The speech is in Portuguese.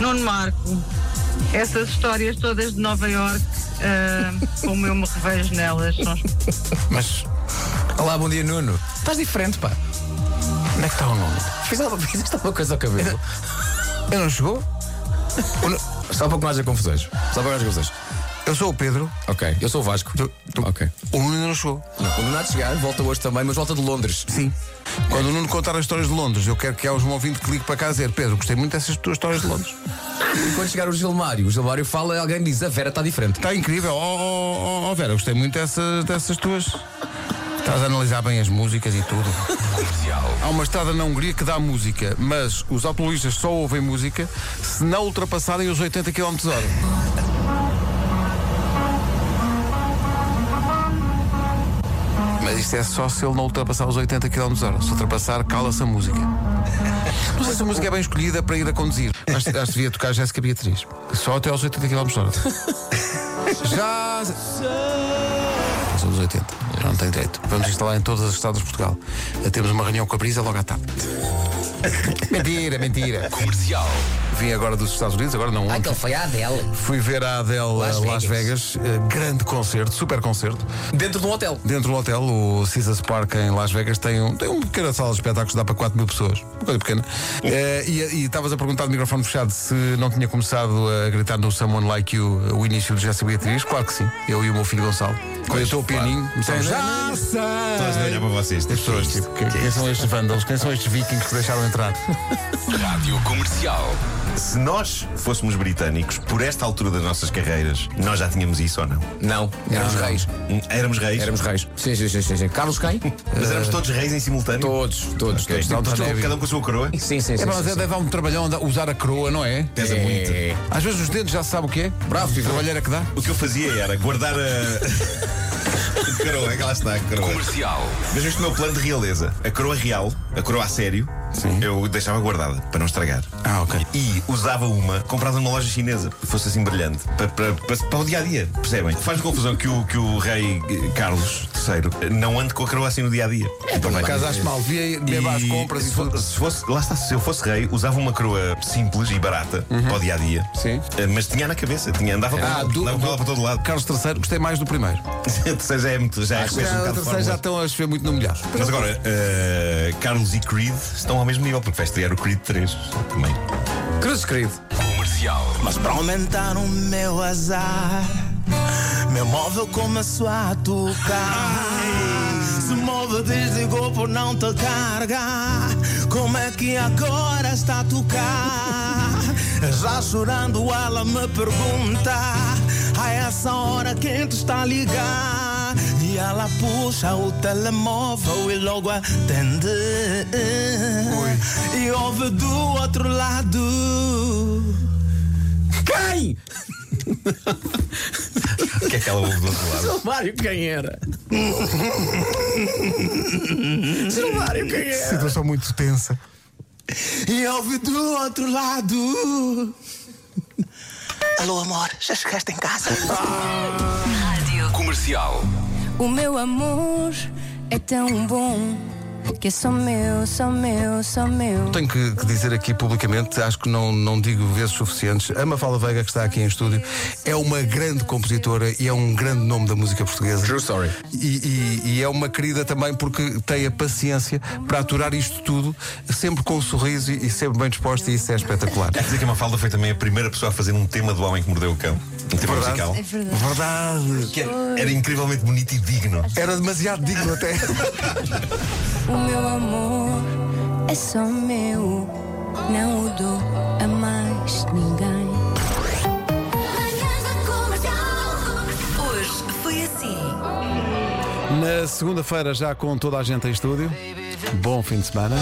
Nuno Marco, essas histórias todas de Nova York, como eu me revejo nelas, são Mas. Olá, bom dia, Nuno. Estás diferente, pá. Onde é que está o Nuno? Fiz alguma, fizeste alguma coisa ao cabelo? Ele não chegou? Eu não- Só para que não haja confusões. Só para que não haja confusões. Eu sou o Pedro. Ok, eu sou o Vasco. Tu- tu- Ok. O Nuno não chegou. Não, O Nunato chegar, volta hoje também, mas volta de Londres. Sim. Quando o Nuno contar as histórias de Londres, eu quero que haja um ouvinte que ligue para cá e dizer Pedro, gostei muito dessas tuas histórias de Londres. E quando chegar o Gilmário, o Gilmário fala, alguém diz: a Vera está diferente. Está incrível. Oh, oh, oh, oh, Vera, gostei muito dessa- dessas tuas. Estás a analisar bem as músicas e tudo. Há uma estrada na Hungria que dá música, mas os automobilistas só ouvem música se não ultrapassarem os 80 km h Mas isto é só se ele não ultrapassar os 80 km h Se ultrapassar, cala-se a música. Não sei se a música é bem escolhida para ir a conduzir. Acho, acho que devia tocar Jéssica Beatriz. Só até aos 80 km h já. São dos 80. Já não tem direito. Vamos instalar em todas as estados de Portugal. Eh, Temos uma reunião com a Brisa logo à tarde. mentira, mentira. Comercial. Vim agora dos Estados Unidos, agora não ontem. Aquele foi a Adele. Fui ver a Adele Las, Las Las Vegas. Eh, grande concerto, super concerto. Dentro de um hotel. Dentro do hotel, o Caesars Park em Las Vegas tem, um, tem uma pequena sala de espetáculos que dá para 4 mil pessoas. Uma coisa pequena. Eh, e e estavas a perguntar de microfone fechado se não tinha começado a gritar no Someone Like You eh, o início de Jéssica Beatriz. Claro que sim. Eu e o meu filho Gonçalo. Quando eu estou ao pianinho, começamos. Já Estás a olhar sei! para vocês. As pessoas, tipo, quem quem são estes vândalos? Quem são estes vikings que deixaram entrar? Rádio Comercial. Se nós fôssemos britânicos, por esta altura das nossas carreiras, nós já tínhamos isso ou não? Não, éramos reis. Hum, Éramos reis, Éramos reis. Sim, sim, sim, sim. sim. Carlos quem? mas éramos todos reis em simultâneo. Todos, todos, Ok, todos. todos Tipo, com- cada um com a sua coroa. Sim, sim, É, sim. mas sim, deve sim. dar um trabalhão andar- usar a coroa, não é? Pesa muito. É. Às vezes os dedos já se sabe o que é. Bravo, filho. Trabalheira que dá. O que eu fazia era guardar a. a coroa, é que lá está, a coroa. Comercial. Mas este é o meu plano de realeza. A coroa real, a coroa a sério, eu deixava guardada para não estragar. Ah, ok. E usava uma comprada numa loja chinesa, que fosse assim brilhante, para, para- para- para o dia a dia, percebem? Faz confusão que o, que o rei eh, Carlos III não ande com a coroa assim no dia a dia. Então vai- É, Por acaso acho mal. Via beba às compras e se, tudo. fo- se fosse, lá está, se eu fosse rei, usava uma coroa simples e barata para o dia a dia. Uhum. Eh, Sim. Mas tinha na cabeça, tinha, andava com Ah, ela do- andava com ela para todo lado. Carlos III, gostei mais do primeiro. Terceiro já é muito, já é Acho que reconhece um já, bocado de terceiro já estão fórmulas. a chover muito no molhado. Mas agora, eh, Carlos e Creed estão ao mesmo nível, porque vai estrear o Creed 3 também. Cruzes, querido. Mas pra aumentar o meu azar, meu móvel começou a tocar. Se o móvel desligou por não te carregar. Como é que agora está a tocar? Já chorando, ela me pergunta: A essa hora quem te está a ligar? Ah, E ela puxa o telemóvel e logo atende. E ouve do outro lado. Quem? O que é que ela ouve do outro lado? Mário, quem era? Mário, quem era? Situação muito tensa. E ouve do outro lado. Alô, amor, já chegaste em casa? O meu amor é tão bom que é só meu, só meu, só meu. Tenho que, que dizer aqui publicamente, acho que não, não digo vezes suficientes, a Mafalda Veiga, que está aqui em estúdio, é uma grande compositora e é um grande nome da música portuguesa. True story. E, e- e é uma querida também porque tem a paciência para aturar isto tudo, sempre com um sorriso e, e sempre bem disposta, e isso é espetacular. Quer dizer que a Mafalda foi também a primeira pessoa a fazer um tema do Homem que Mordeu o Cão. Um tema Verdade. musical. É verdade. Verdade! Que era, era incrivelmente bonito e digno. Era demasiado digno até. O meu amor é só meu, não o dou a mais ninguém. Hoje foi assim. Na segunda-feira, já com toda a gente em estúdio. Bom fim de semana.